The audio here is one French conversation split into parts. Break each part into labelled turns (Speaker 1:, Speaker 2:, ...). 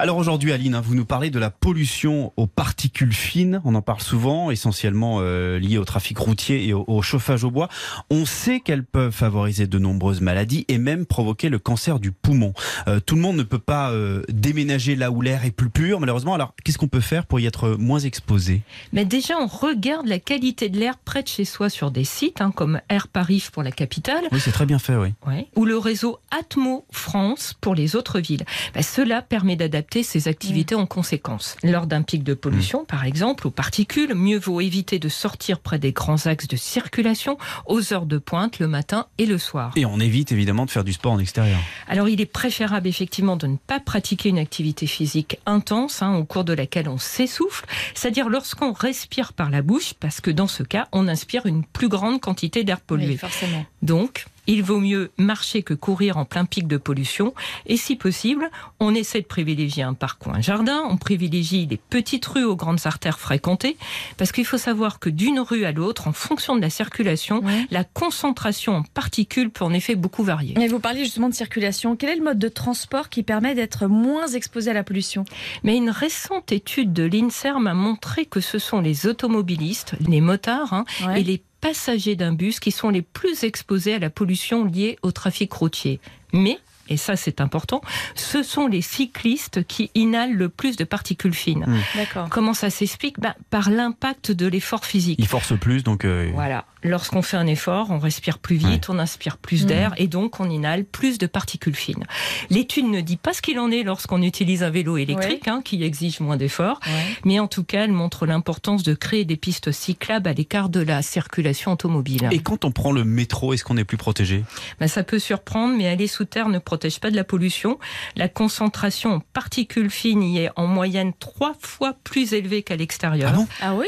Speaker 1: Alors aujourd'hui, Aline, hein, vous nous parlez de la pollution aux particules fines. On en parle souvent, essentiellement euh, liée au trafic routier et au, au chauffage au bois. On sait qu'elles peuvent favoriser de nombreuses maladies et même provoquer le cancer du poumon. Euh, tout le monde ne peut pas euh, déménager là où l'air est plus pur, malheureusement. Alors qu'est-ce qu'on peut faire pour y être moins exposé
Speaker 2: Mais déjà, on regarde la qualité de l'air près de chez soi sur des sites hein, comme Air Paris pour la capitale
Speaker 1: Oui, c'est très bien fait, oui.
Speaker 2: ouais, ou le réseau Atmo France pour les autres villes. Bah, cela permet d'adapter ses activités en conséquence. Lors d'un pic de pollution, par exemple, aux particules, mieux vaut éviter de sortir près des grands axes de circulation aux heures de pointe le matin et le soir.
Speaker 1: Et on évite évidemment de faire du sport en extérieur.
Speaker 2: Alors il est préférable effectivement de ne pas pratiquer une activité physique intense hein, au cours de laquelle on s'essouffle, c'est-à-dire lorsqu'on respire par la bouche, parce que dans ce cas, on inspire une plus grande quantité d'air pollué.
Speaker 3: Oui, forcément.
Speaker 2: Donc, il vaut mieux marcher que courir en plein pic de pollution. Et si possible, on essaie de privilégier un parc ou un jardin. On privilégie les petites rues aux grandes artères fréquentées. Parce qu'il faut savoir que d'une rue à l'autre, en fonction de la circulation,
Speaker 3: Ouais.
Speaker 2: la concentration en particules peut en effet beaucoup varier.
Speaker 3: Mais vous parliez justement de circulation. Quel est le mode de transport qui permet d'être moins exposé à la pollution
Speaker 2: Mais une récente étude de l'INSERM a montré que ce sont les automobilistes, les motards hein, et les passagers d'un bus qui sont les plus exposés à la pollution liée au trafic routier. Mais, et ça c'est important, ce sont les cyclistes qui inhalent le plus de particules fines.
Speaker 3: D'accord.
Speaker 2: Comment ça s'explique Ben, Par l'impact de l'effort physique.
Speaker 1: Il force plus, donc euh,
Speaker 2: Voilà, lorsqu'on fait un effort, on respire plus vite, on inspire plus
Speaker 3: Mhm.
Speaker 2: d'air et donc on inhale plus de particules fines. L'étude ne dit pas ce qu'il en est lorsqu'on utilise un vélo électrique hein, qui exige moins d'efforts, mais en tout cas, elle montre l'importance de créer des pistes cyclables à l'écart de la circulation automobile.
Speaker 1: Et quand on prend le métro, est-ce qu'on est plus protégé
Speaker 2: Ben, ça peut surprendre, mais aller sous terre ne protège pas de la pollution. La concentration en particules fines y est en moyenne trois fois plus élevée qu'à l'extérieur.
Speaker 1: Ah bon
Speaker 3: Ah oui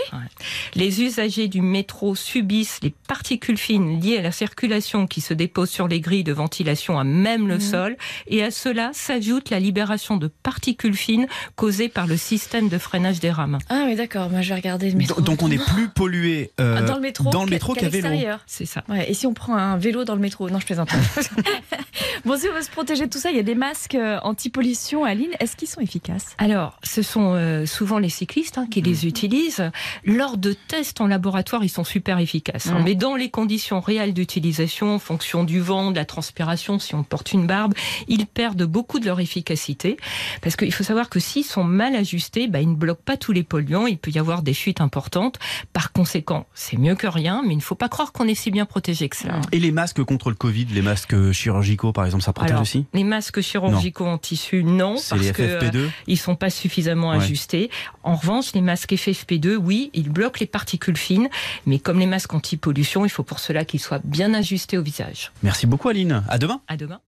Speaker 2: Les usagers du métro subissent les particules fines liées à la circulation qui se déposent sur les grilles de ventilation à même le
Speaker 1: Mmh.
Speaker 3: Mhm.
Speaker 2: sol. Et à cela s'ajoute la libération de particules fines causées par le système de freinage des rames.
Speaker 3: Ah oui, d'accord. Moi, je vais regarder le métro.
Speaker 1: Donc- Donc on est plus pollué euh,
Speaker 3: Ah, dans le métro,
Speaker 1: dans le
Speaker 3: qu'à-
Speaker 1: métro
Speaker 3: qu'à
Speaker 1: qu'à vélo.
Speaker 3: l'extérieur.
Speaker 2: C'est ça.
Speaker 3: Ouais, et si on prend un vélo dans le métro Non, je plaisante. bon, si on veut se protéger de tout ça, il y a des masques euh, anti-pollution, Aline. Est-ce qu'ils sont efficaces
Speaker 2: Alors, ce sont euh, souvent les cyclistes hein, qui
Speaker 3: Mm.
Speaker 2: les utilisent. Lors de tests en laboratoire, ils sont super efficaces. hein.
Speaker 3: Mm.
Speaker 2: Mais dans les conditions réelles d'utilisation, en fonction du vent, de la transpiration, si on porte une barbe, ils perdent beaucoup de leur efficacité. Parce qu'il faut savoir que s'ils sont mal ajustés, bah, ils ne bloquent pas tous les polluants. Il peut y avoir des fuites importantes. Par conséquent, c'est mieux que rien, mais il ne faut pas croire qu'on est si bien protégé que ça.
Speaker 3: Mm.
Speaker 1: Et les masques contre le Covid, les masques chirurgicaux par exemple, ça protège
Speaker 2: Alors,
Speaker 1: aussi
Speaker 2: Les masques chirurgicaux en tissu, non.
Speaker 1: C'est
Speaker 2: parce
Speaker 1: les
Speaker 2: que, euh,
Speaker 1: FFP2
Speaker 2: ils sont pas suffisamment
Speaker 1: Ouais.
Speaker 2: ajustés. En revanche, les masques FFP2, oui, ils bloquent les particules fines, mais comme les masques anti-pollution, il faut pour cela qu'ils soient bien ajustés au visage.
Speaker 1: Merci beaucoup Aline. À demain.
Speaker 2: À demain.